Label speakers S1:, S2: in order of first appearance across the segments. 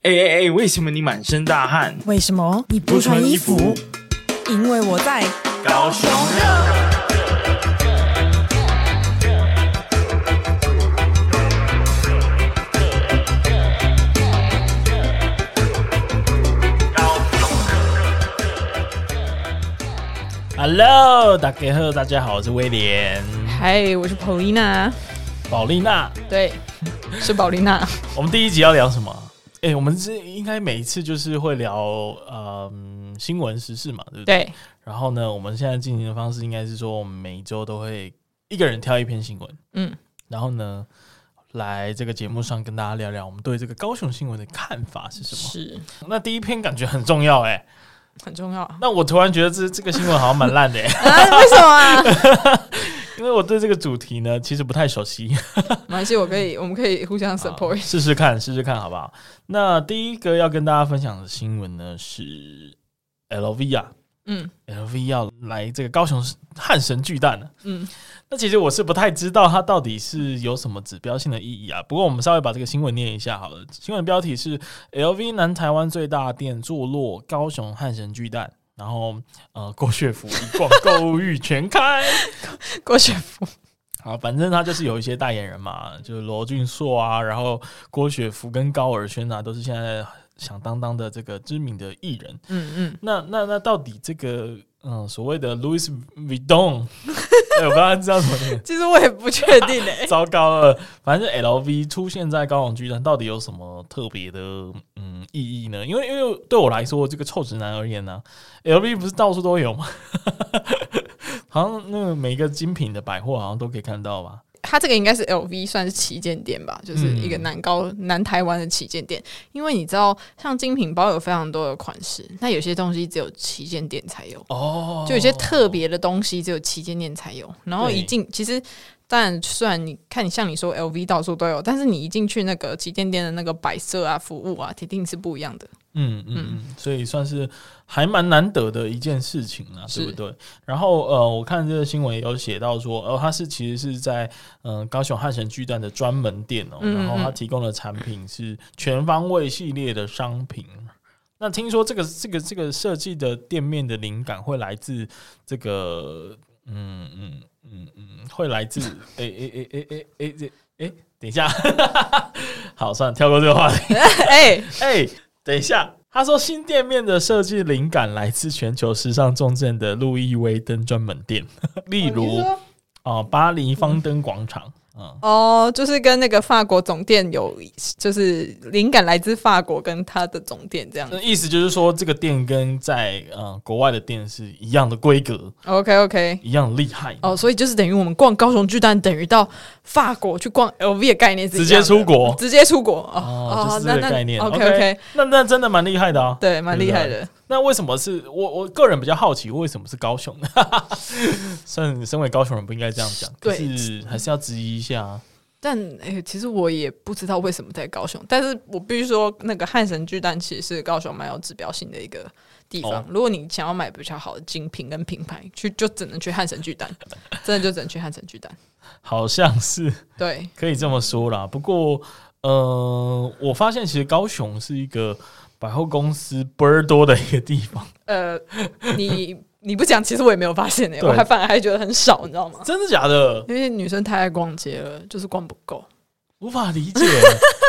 S1: 哎哎哎，为什么你满身大汗？
S2: 为什么你不穿衣服？因为我在。
S1: 高雄
S3: ，Hello，大家好，大家好，我是威廉，
S4: 嗨，我是 Polina，
S3: 宝丽娜。
S4: 对，是宝琳娜。
S3: 我们第一集要聊什么？哎、我们是应该每一次就是会聊嗯新闻时事嘛，对不对？
S4: 对，
S3: 然后呢，我们现在进行的方式应该是说，我们每一周都会一个人挑一篇新闻，
S4: 嗯，
S3: 然后呢，来这个节目上跟大家聊聊我们对这个高雄新闻的看法是什么。
S4: 是
S3: 那第一篇感觉很重要哎、
S4: 很重要。
S3: 那我突然觉得这这个新闻好像蛮烂的、欸，
S4: 啊，为什么啊？
S3: 因为我对这个主题呢其实不太熟悉。
S4: 没关系，我可以，我们可以互相
S3: 好。
S4: support
S3: 试试看，试试看好不好？那第一个要跟大家分享的新闻呢是 LV 啊
S4: 嗯
S3: ，LV 要来这个高雄市汉神巨蛋啊了。
S4: 嗯，
S3: 那其实我是不太知道它到底是有什么指标性的意义啊。不过我们稍微把这个新闻念一下好了。新闻标题是 LV 南台湾最大店坐落高雄汉神巨蛋。然后，呃， 郭雪芙一逛购物欲全开。
S4: 郭雪芙，
S3: 好，反正他就是有一些代言人嘛，就是罗俊硕啊，然后郭雪芙跟高尔宣啊，都是现在响当当的这个知名的艺人。
S4: 嗯嗯，
S3: 那那那到底这个嗯所谓的 Louis Vuitton，哎我 不知道知道什么念，
S4: 其实我也不确定诶、
S3: 糟糕了。反正 LV 出现在高雄巨蛋到底有什么特别的嗯意义呢？因为因为对我来说，这个臭直男而言呢、LV 不是到处都有吗？ 好像那个每个精品的百货好像都可以看到吧。
S4: 它这个应该是 LV 算是旗舰店吧，就是一个
S3: 嗯
S4: 南高、南台湾的旗舰店。因为你知道，像精品包有非常多的款式，那有些东西只有旗舰店才有。
S3: 哦，
S4: 就有些特别的东西只有旗舰店才有。然后
S3: 对
S4: 一进，其实当然，虽然你看你像你说 LV 到处都有，但是你一进去那个旗舰店的那个摆设啊、服务啊，铁定是不一 样的。
S3: 嗯嗯嗯，所以算是还蛮难得的一件事情啊，对
S4: 是
S3: 不对？然后呃，我看这个新闻有写到说，哦、呃，它是其实是在嗯、呃高雄汉神巨蛋的专门店哦，
S4: 嗯嗯
S3: 然后它提供的产品是全方位系列的商品。那听说这个这个这个设计的店面的灵感会来自这个，嗯嗯嗯嗯，会来自诶诶诶诶诶诶这诶，等一下，好，算了，跳过这个话题。
S4: 哎、
S3: 哎、等一下，他说新店面的设计灵感来自全球时尚重镇的路易威登专门店， 例如
S4: 哦
S3: 啊、呃巴黎方登广场。嗯，
S4: 哦，就是跟那个法国总店有，就是灵感来自法国跟它的总店这样
S3: 那意思就是说，这个店跟在呃国外的店是一样的规格，
S4: OK OK。
S3: 一样厉害。
S4: 哦，所以就是等于我们逛高雄巨蛋，等于到法国去逛 LV 的概念是一
S3: 直接
S4: 样的
S3: 出国
S4: 直接出国哦
S3: 哦，就是
S4: 那
S3: 这个
S4: 那
S3: 概念。
S4: OK OK，
S3: 那那真的蛮厉害的啊。
S4: 对，蛮厉害
S3: 对
S4: 的。
S3: 那为什么是我？我个人比较好奇，为什么是高雄呢？ 算身为高雄人不应该这样讲，可
S4: 对
S3: 是还是要质疑一下啊。
S4: 但诶、其实我也不知道为什么在高雄，但是我必须说，那个汉神巨蛋其实是高雄蛮有指标性的一个地方。
S3: 哦
S4: 如果你想要买比较好的精品跟品牌，去就只能去汉神 巨蛋，真的就只能去汉神巨蛋。
S3: 好像是
S4: 对，
S3: 可以这么说啦。不过，呃，我发现其实高雄是一个百货公司倍儿多的一个地 方，
S4: 呃，你你不讲，其实我也没有发现诶、欸
S3: 对
S4: 我还反而还觉得很少，你知道吗？
S3: 真的假的？
S4: 因为女生太爱逛街了，就是逛不够。
S3: 无法理 解。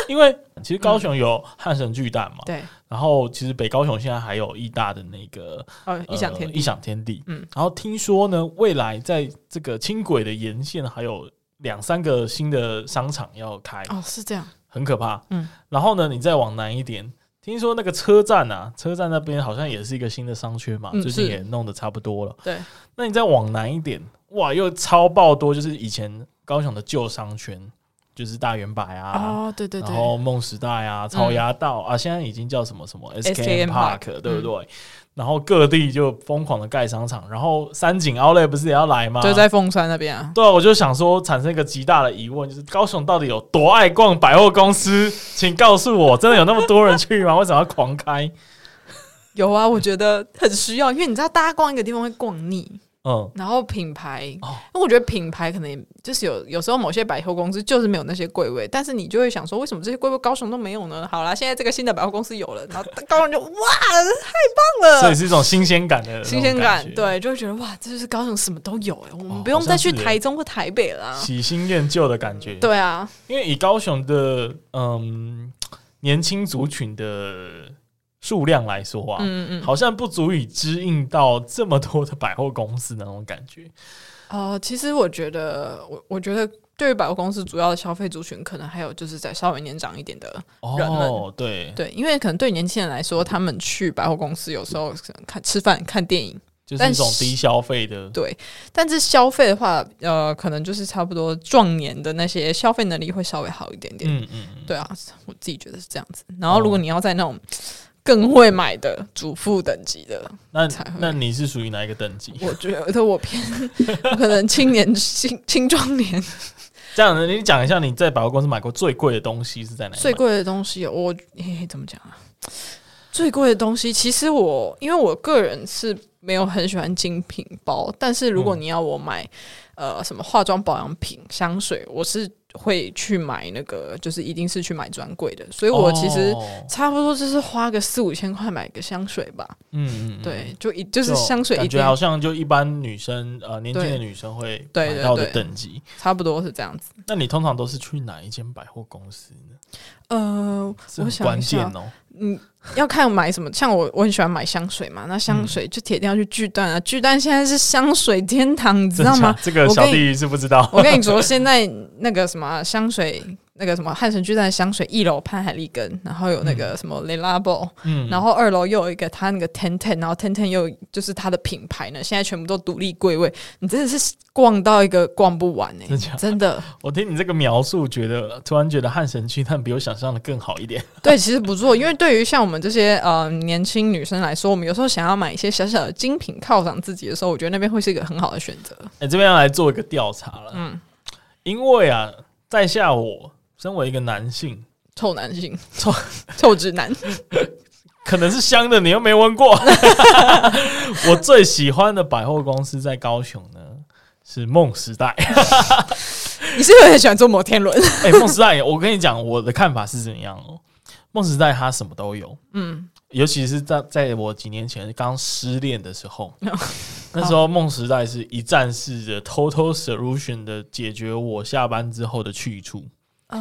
S3: 因为其实高雄有汉神巨蛋嘛，
S4: 对，
S3: 然后其实北高雄现在还有义大的那个
S4: 哦，
S3: 呃
S4: 异想天地，
S3: 异想天地。嗯
S4: 嗯，
S3: 然后听说呢，未来在这个轻轨的沿线还有两三个新的商场要开，
S4: 哦，是这样，
S3: 很可怕。嗯
S4: 嗯，
S3: 然后呢，你再往南一点，听说那个车站啊，车站那边好像也是一个新的商圈嘛，
S4: 嗯
S3: 最近
S4: 是
S3: 也弄得差不多了。
S4: 对，
S3: 那你再往南一点，哇，又超爆多，就是以前高雄的旧商圈，就是大圆柏啊。
S4: 哦，对对嗯
S3: 然
S4: 对，
S3: 后梦时代啊，草衙道、啊，现在已经叫什么什么 SKM
S4: SKM
S3: Park，
S4: Park，嗯
S3: 对不对？然后各地就疯狂的盖商场，然后三井 Outlet 不是也要来吗？
S4: 就在凤山那边啊。
S3: 对啊，我就想说，产生一个极大的疑问，就是高雄到底有多爱逛百货公司？ 请告诉我，真的有那么多人去吗？为什么要狂开？
S4: 有啊，我觉得很需要，因为你知道，大家逛一个地方会逛腻。
S3: 嗯，
S4: 然后品牌，
S3: 哦
S4: 那我觉得品牌可能也就是有有时候某些百货公司就是没有那些柜位，但是你就会想说，为什么这些柜位高雄都没有呢？好啦，现在这个新的百货公司有了，然后高雄就哇，太
S3: 所
S4: 棒
S3: 以
S4: 了，
S3: 是一种呃新鲜感的啊那种
S4: 新鲜感，
S3: 觉，
S4: 对，就会觉得哇，这就是高雄什么都有、欸，我
S3: 哦
S4: 们不用再去
S3: 好像是欸
S4: 台中或台北了啊、
S3: 喜新厌旧的感觉。，
S4: 对啊，
S3: 因为以高雄的嗯年轻族群的数量来说啊，
S4: 嗯嗯，
S3: 好像不足以支应到这么多的百货公司那种感觉。
S4: 哦、其实我觉得，我我觉得对于百货公司主要的消费族群，可能还有就是在稍微年长一点的人
S3: 哦
S4: 们，
S3: 对，
S4: 对，因为可能对年轻人来说，他们去百货公司有时候可能看吃饭、看电影，
S3: 就是
S4: 但
S3: 一种
S4: 是
S3: 低消费的，
S4: 对。但是消费的话，呃，可能就是差不多壮年的那些消费能力会稍微好一点点。
S3: 嗯嗯嗯，
S4: 对啊，我自己觉得是这样子。然后如果你要在那种更会买的主妇等级的，
S3: 那
S4: 才会
S3: 那你是属于哪一个等级？
S4: 我觉得我偏 我可能青年青青壮年
S3: 这样子，你讲一下你在百货公司买过最贵的东西是在哪里买？
S4: 最贵的东西，我嘿嘿怎么讲啊？最贵的东西，其实我因为我个人是没有很喜欢精品包，但是如果
S3: 嗯
S4: 你要我买、呃什么化妆保养品、香水，我是会去买那个，就是一定是去买专柜的，所以我其实。
S3: 哦
S4: 差不多就是花个四五千块买个香水吧，
S3: 嗯嗯，嗯，
S4: 对，就一就是香水一
S3: 感
S4: 定
S3: 觉好像就一般女生呃年轻的
S4: 对
S3: 女生会
S4: 对
S3: 买
S4: 对
S3: 到的
S4: 对
S3: 等级。
S4: 差不多是这样子。
S3: 那你通常都是去哪一间百货公司呢？
S4: 呃，
S3: 这
S4: 我
S3: 很
S4: 想
S3: 关
S4: 一
S3: 键
S4: 下，
S3: 哦。
S4: 嗯，要看买什么，像我我很喜欢买香水嘛，那香
S3: 嗯
S4: 水就铁定要去巨蛋啊，巨蛋现在是香水 天堂，你知道
S3: 真
S4: 吗
S3: 假？这个
S4: 我
S3: 小
S4: 跟你
S3: 弟是不知道。
S4: 我跟你说，现在那个什么啊香水，那个什么汉神巨蛋的香水，一楼潘海利根，然后有那个什么 Le Labo，、
S3: 嗯
S4: 然后二楼又有一个他那个 Ten Ten，然后 Ten Ten 又有就是他的品牌呢，现在全部都独立柜位，你真的是逛到一个逛不完哎、
S3: 真假
S4: 真的，
S3: 我听你这个描述，觉得呃突然觉得汉神巨蛋比我想象的更好一点。
S4: 对，其实不错，因为对于像我们这些呃年轻女生来说，我们有时候想要买一些小小的精品犒赏自己的时候，我觉得那边会是一个很好的选择。
S3: 哎、这边要来做一个调查了，
S4: 嗯，
S3: 因为啊，在下我身为一个男性，
S4: 臭男性，臭 臭直男，
S3: 可能是香的，你又没闻过。 我最喜欢的百货公司在高雄呢，是梦时代。
S4: 你是不是很喜欢坐摩天轮？
S3: 哎、梦时代，我跟你讲，我的看法是怎样哦。梦时代它什么都有，
S4: 嗯，
S3: 尤其是在在我几年前刚失恋的时 候，
S4: 哦
S3: 那时候梦时代是一站式的 total solution 的解决我下班之后的去处。
S4: 哦，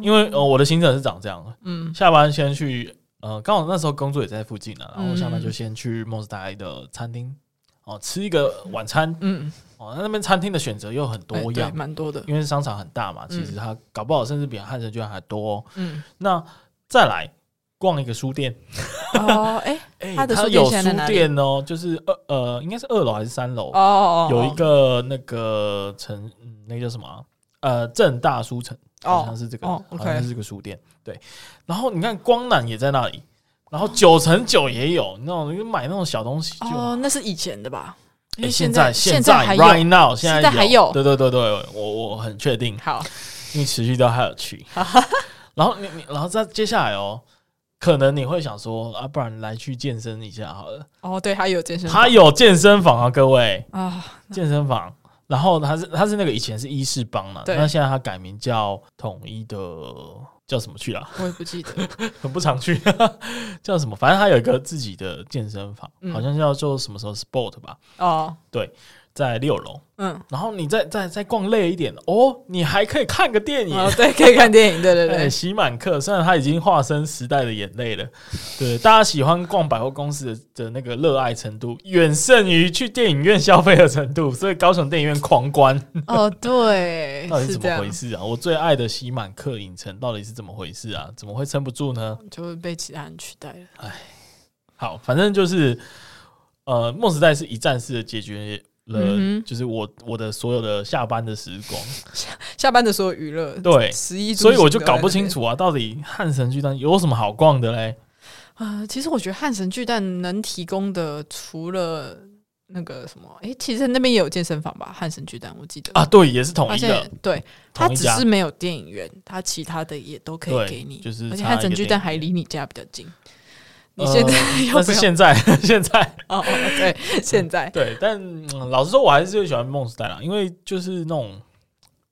S3: 因为呃我的行程是长这样的，
S4: 嗯
S3: 下班先去呃，刚好那时候工作也在附近了，然后
S4: 嗯
S3: 下班就先去梦时代的餐厅哦吃一个晚餐
S4: 嗯，
S3: 哦，那那边餐厅的选择又很多
S4: 哎对
S3: 样，
S4: 蛮嗯多的，
S3: 因为商场很大嘛，其实它搞不好甚至比汉神居然还多哦、
S4: 嗯，
S3: 那再来逛一个书店，
S4: 哦，哎、
S3: 哎
S4: 它的
S3: 它
S4: 书店
S3: 有
S4: 现在在
S3: 书
S4: 哪里
S3: 店哦，就是二呃，应该是二楼还是三楼
S4: 哦，哦，哦
S3: 有一，个那个城，嗯那个叫什么啊、呃，正大书城，好像是这个，
S4: 哦
S3: 好
S4: ，OK
S3: 像是这个书店。对，然后你看光南也在那里，然后九成九也有，那种你买那种小东西就。
S4: 哦，那是以前的吧？因
S3: 哎
S4: 为
S3: 现
S4: 在
S3: 现
S4: 在还
S3: right
S4: 有，
S3: now 现
S4: 现在还有
S3: 对对对对，我我很确定，
S4: 好，
S3: 你持续都还有去。 然后你你然后再接下来哦，可能你会想说啊，不然来去健身一下好了。
S4: 哦，对，还有健身房，
S3: 它有健身房啊，各位，
S4: 啊，
S3: 健身房。然后它是它是那个以前是伊士邦嘛，
S4: 对
S3: 那现在它改名叫统一的叫什么去啊了？
S4: 我也不记得，
S3: 很不常去， 叫什么？反正它有一个自己的健身房，
S4: 嗯
S3: 好像叫做什么时候 Sport 吧，
S4: 哦，
S3: 在六楼。
S4: 嗯，
S3: 然后你再再再逛累一点哦，你还可以看个电影。
S4: 哦，对，可以看电影，对对
S3: 哎
S4: 对，
S3: 洗满客，虽然他已经化身时代的眼泪了，对大家喜欢逛百货公司的的那个热爱程度，远胜于去电影院消费的程度，所以高雄电影院狂 关，
S4: 哦，对
S3: 到，底
S4: 是
S3: 怎
S4: 这
S3: 么
S4: 样
S3: 回，事啊？我最爱的洗满客影城到底是怎么回事啊？怎么会撑不住呢？
S4: 就被其他人取代了。
S3: 好，反正就是，呃，梦时代是一站式的解决了，
S4: 嗯哼
S3: 就是我我的所有的下班的时光，
S4: 下班的时候娱乐，
S3: 对
S4: 十一，
S3: 所以我就搞不清楚啊，到底汉神巨蛋有什么好逛的嘞？
S4: 啊、其实我觉得汉神巨蛋能提供的，除了那个什么，诶，其实那边也有健身房吧？汉神巨蛋我记得
S3: 啊，，对，也是统
S4: 而
S3: 一
S4: 且
S3: 的，
S4: 对，它
S3: 同一
S4: 只
S3: 家
S4: 是没有电影院，它其他的也都可
S3: 对
S4: 以给你，
S3: 就是
S4: 而且
S3: 差
S4: 汉
S3: 一
S4: 神
S3: 个
S4: 巨
S3: 电
S4: 蛋
S3: 影
S4: 还
S3: 院
S4: 离你家比较近。你现在
S3: 呃
S4: 要
S3: 但
S4: 不
S3: 是
S4: 要？
S3: 现在 现在
S4: 哦， 对，现在
S3: 对，但、嗯老实说，我还是最喜欢梦时代啦，因为就是那种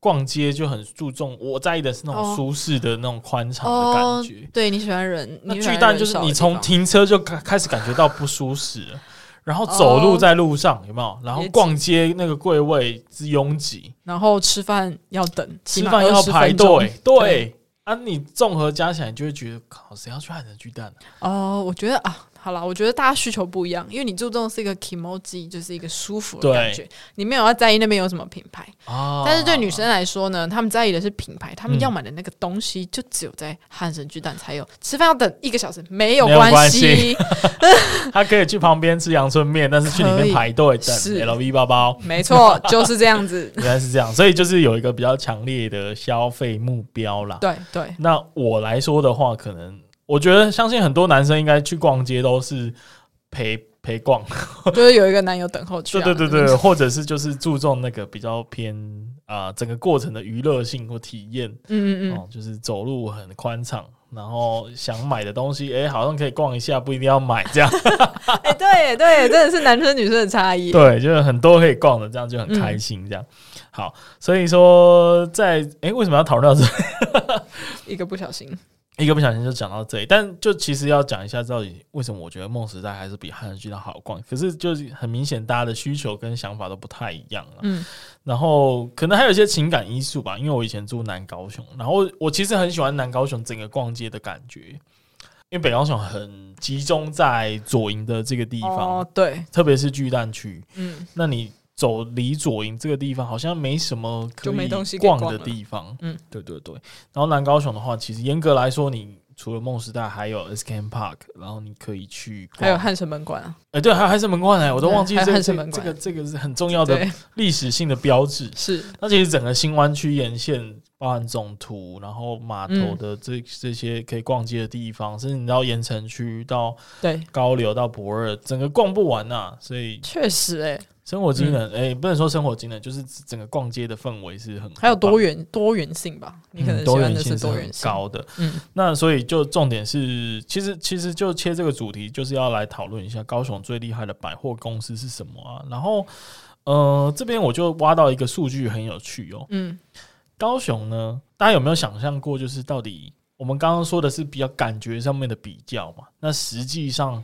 S3: 逛街就很注重，我在意的是那种
S4: 哦
S3: 舒适的那种宽敞的感觉。
S4: 对你喜欢人，
S3: 那
S4: 你喜欢
S3: 巨蛋
S4: 人
S3: 就是
S4: 少的
S3: 你
S4: 地
S3: 从
S4: 方
S3: 停车就开开始感觉到不舒适了，然后走路
S4: 哦
S3: 在路上有没有？然后
S4: 也
S3: 逛街那个柜位之拥挤，
S4: 然后吃饭要等，起
S3: 吃
S4: 码
S3: 饭要
S4: 20
S3: 排
S4: 分钟
S3: 队，对。啊，你综合加起来，你就会觉得，靠，谁要去汉人巨蛋呢、
S4: 哦，我觉得啊，好啦，我觉得大家需求不一样，因为你注重的是一个 emoji，就是一个舒服的
S3: 对
S4: 感觉，你没有要在意那边有什么品牌。
S3: 啊？
S4: 哦但是对女生来说呢，她们在意的是品牌，她们
S3: 嗯
S4: 要买的那个东西就只有在汉神巨蛋才有，吃饭要等一个小时没有
S3: 没有关
S4: 系，
S3: 她可以去旁边吃阳春面，但是去里
S4: 可
S3: 面
S4: 以
S3: 排队等
S4: 是
S3: LV 包包，
S4: 没错，就是这样子。
S3: 原来是这样，所以就是有一个比较强烈的消费目标啦。
S4: 对 对，
S3: 那我来说的话，可能我觉得相信很多男生应该去逛街都是陪陪逛，
S4: 就是有一个男友等候去、
S3: 对
S4: 啊，
S3: 对对
S4: 那
S3: 对，
S4: 种，
S3: 或者是就是注重那个比较偏啊、整个过程的娱乐性或体验。
S4: 嗯嗯嗯，
S3: 哦，就是走路很宽敞，然后想买的东西，哎、好像可以逛一下，不一定要买这样。
S4: 哎、对对，真的是男生女生的差异。
S3: 对，就是很多可以逛的，这样就很开心。这样、好，所以说在哎、为什么要讨论到这？
S4: 一个不小心，
S3: 一个不小心就讲到这里，但就其实要讲一下到底为什么我觉得梦时代还是比汉人巨蛋好逛，可是就是很明显大家的需求跟想法都不太一样啊了。
S4: 嗯，
S3: 然后可能还有一些情感因素吧，因为我以前住南高雄，然后我其实很喜欢南高雄整个逛街的感觉，因为北高雄很集中在左营的这个地方，
S4: 哦，对，
S3: 特别是巨蛋区，
S4: 嗯
S3: 那你走离左营这个地方好像没什么可
S4: 就没东
S3: 以
S4: 西可以逛
S3: 的
S4: 了
S3: 地方，
S4: 嗯，
S3: 对对对。然后南高雄的话，其实严格来说，你除了梦时代，还有 S K M Park，然后你可以去逛，
S4: 还有汉神门馆啊，
S3: 哎、对，还有汉神门馆哎，我都
S4: 对
S3: 忘记
S4: 还有
S3: 这个
S4: 汉
S3: 这
S4: 神
S3: 个
S4: 门
S3: 这
S4: 馆
S3: 个这个是很重要的
S4: 对，
S3: 历史性的标志。
S4: 是
S3: 那其实整个新湾区沿线，包含总图，然后码头
S4: 嗯
S3: 的这、这些可以逛街的地方，甚至你到盐城区、到
S4: 对，
S3: 高流、到博尔，整个逛不完呐、啊所以
S4: 确实、欸，
S3: 生活机能，哎、不能说生活机能，就是整个逛街的氛围是很
S4: 还有多
S3: 元，
S4: 元多元性吧，你可
S3: 嗯
S4: 能喜
S3: 多
S4: 欢
S3: 元
S4: 的
S3: 性
S4: 多
S3: 很
S4: 元性，
S3: 高的。
S4: 嗯，
S3: 那所以就重点是，其实其实就切这个主题，就是要来讨论一下高雄最厉害的百货公司是什么啊？然后，呃，这边我就挖到一个数据很有趣哦，
S4: 嗯，
S3: 高雄呢，大家有没有想象过，就是到底我们刚刚说的是比较感觉上面的比较嘛？那实际上，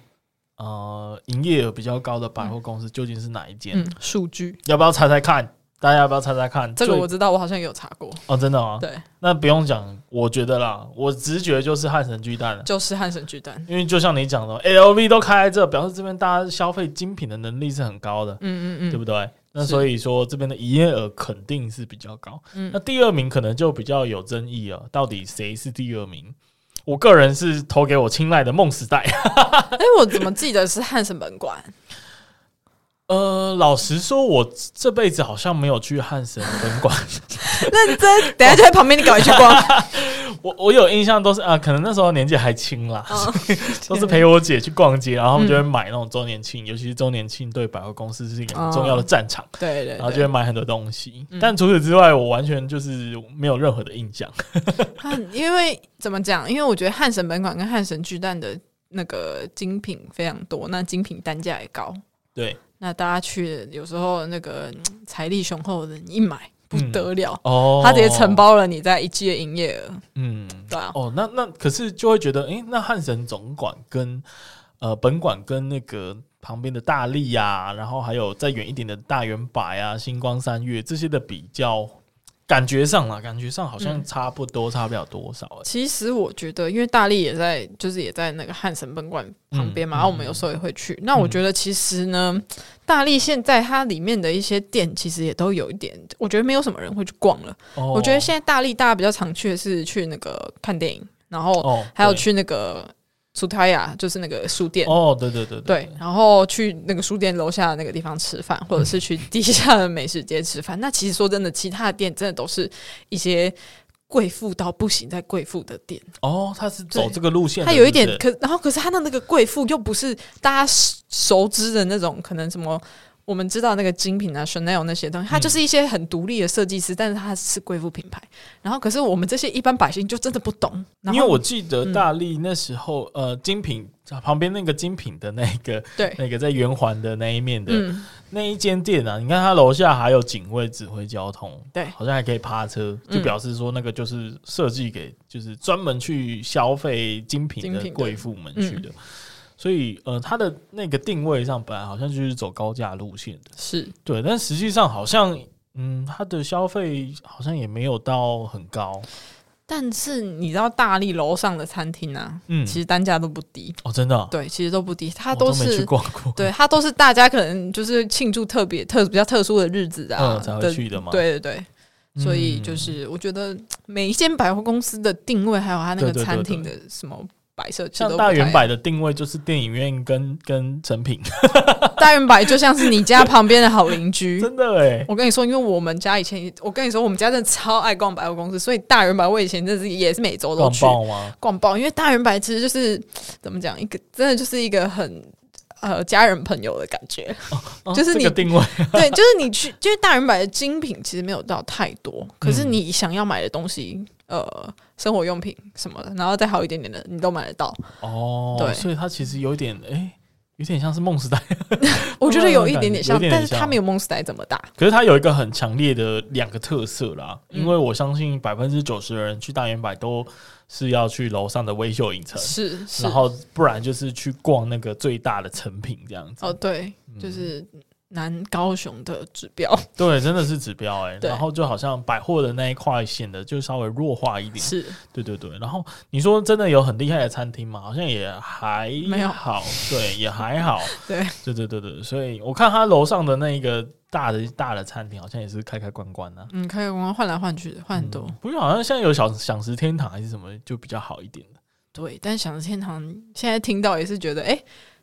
S3: 呃，营业额比较高的百货公司究竟是哪一间？
S4: 嗯，数据
S3: 要不要猜猜看？大家要不要猜猜看？
S4: 这个
S3: 最
S4: 我知道，我好像有查过，
S3: 哦，真的吗？
S4: 对，
S3: 那不用讲，我觉得啦，我直觉就是汉神巨蛋了。
S4: 就是汉神巨蛋，
S3: 因为就像你讲的，LV 都开在这，表示这边大家消费精品的能力是很高的，
S4: 嗯嗯
S3: 对
S4: 嗯，
S3: 不对？那
S4: 是
S3: 所以说这边的营业额肯定是比较高。
S4: 嗯
S3: 那第二名可能就比较有争议了，到底谁是第二名？我个人是投给我青睐的梦时代。
S4: 哎、我怎么记得是汉神门 馆？
S3: 呃，老实说，我这辈子好像没有去汉神本馆，
S4: 认真，等一下就在旁边，你赶快去逛。
S3: 我我有印象都是啊，可能那时候年纪还轻啦，
S4: 哦嗯
S3: 都是陪我姐去逛街，然后他们就会买那种周年庆，尤其是周年庆对百货公司是一个很重要的战场，
S4: 对哦对
S3: 然后就
S4: 对嗯
S3: 会买很多东西。但除此之外，我完全就是没有任何的印象。
S4: 啊因为怎么讲？因为我觉得汉神本馆跟汉神巨蛋的那个精品非常多，那精品单价也高，
S3: 对，
S4: 那大家去有时候那个嗯财力雄厚的人一买不得了，
S3: 哦
S4: 他直接承。包了你在一季的营业额，
S3: 嗯，
S4: 对啊，
S3: 哦，那那可是就会觉得，诶，那汉神总馆跟呃本馆跟那个呃旁边的大力呀、然后还有再远一点的大圆柏啊、星光三月这些的比较，感觉上啦，感觉上好像
S4: 嗯
S3: 差不多，差不了多少、啊诶。
S4: 其实我觉得，因为大力也在，就是也在那个汉神本馆旁边嘛，
S3: 嗯
S4: 然后我们有时候也会去。那我觉得其实呢，大力现在它里面的一些店其实也都有一点，我觉得没有什么人会去逛了。
S3: 哦
S4: 我觉得现在大力大家比较常去的是去那个看电影，然后
S3: 哦，
S4: 还有
S3: 对
S4: 去那个苏泰亚，就是那个书店。
S3: 哦，对对对
S4: 对，然后去那个书店楼下的那个地方吃饭，或者是去地下的美食街吃饭。那其实说真的，其他的店真的都是一些贵妇到不行，在贵妇的店。
S3: 哦，他是走
S4: 对
S3: 这个路线的，
S4: 它有一
S3: 是
S4: 点
S3: 不是
S4: 可，然后可是它的那个贵妇又不是大家熟熟知的那种，可能什么。我们知道那个精品啊，Chanel 那些东西，它
S3: 嗯
S4: 就是一些很独立的设计师，但是它是贵妇品牌。然后，可是我们这些一般百姓就真的不懂。然后
S3: 因为我记得大力那时候，呃，精品旁边那个精品的那个
S4: 对，
S3: 那个在圆环的那一面的、
S4: 嗯，
S3: 那一间店啊，你看它楼下还有警卫指挥交通，
S4: 对
S3: 好像还可以趴车，
S4: 嗯
S3: 就表示说那个就是设计给就是专门去消费精品
S4: 精
S3: 的
S4: 品的嗯
S3: 贵妇们去的。所以，呃，它的那个定位上本来好像就是走高价路线的，
S4: 是
S3: 对，但实际上好像，嗯，它的消费好像也没有到很高，
S4: 但是你知道大力楼上的餐厅啊，
S3: 嗯，
S4: 其实单价都不低，
S3: 哦，真的啊、
S4: 对，其实都不低，它
S3: 我都没
S4: 是
S3: 去逛过，
S4: 对，它都是大家可能就是庆祝特别特比较特殊的日子啊
S3: 嗯，才会
S4: 的
S3: 去的嘛
S4: 对对对。
S3: 嗯
S4: 所以就是，我觉得每一间百货公司的定位，还有它那
S3: 对对
S4: 个
S3: 对
S4: 餐厅的什么摆设，其实
S3: 像
S4: 都
S3: 大
S4: 不太
S3: 圆
S4: 一
S3: 百
S4: 样，
S3: 的定位就是电影院跟跟成品，
S4: 大圆摆就像是你家旁边的好邻 居。
S3: 真的哎，
S4: 我跟你说，因为我们家以前，我跟你说，我们家真的超爱逛百货公司，所以大圆百我以前真的是也是每周都
S3: 逛
S4: 去。
S3: 爆吗？
S4: 逛爆，因为大圆白其实就是怎么讲，一个真的就是一个很呃家人朋友的感觉。
S3: 哦
S4: 就是
S3: 这个
S4: 你
S3: 定位，
S4: 对，就是你去，就是大圆白的精品其实没有到太多，可
S3: 嗯
S4: 是你想要买的东西，呃，生活用品什么的，然后再好一点点的，你都买得到。
S3: 哦，
S4: 对
S3: 所以它其实有点哎、有点像是梦时代，
S4: 我觉得有一点点像，
S3: 嗯有一点
S4: 但是它
S3: 像
S4: 没有梦时代这么大。
S3: 可是它有一个很强烈的两个特色啦，
S4: 嗯
S3: 因为我相信百分之九十的人去大圆百都是要去楼上的微秀影城，
S4: 是是
S3: 呃然，后不然就是去逛那个最大的成品这样子。嗯
S4: 哦，对，就是南高雄的指标
S3: 对，真的是指标哎、
S4: 对
S3: 然后就好像百货的那一块显得就稍微弱化一点，
S4: 是
S3: 对对对。然后你说真的有很厉害的餐厅吗？好像也还
S4: 没有
S3: 好，对，也还好。
S4: 对
S3: 对对对对，所以我看他楼上的那个大的大的餐厅，好像也是开开关关啊，嗯
S4: 嗯，可以，我们换来换去的，换很多。
S3: 不过好像现在有小享食天堂还是什么，就比较好一点的。
S4: 对，但想着天堂现在听到也是觉得，哎、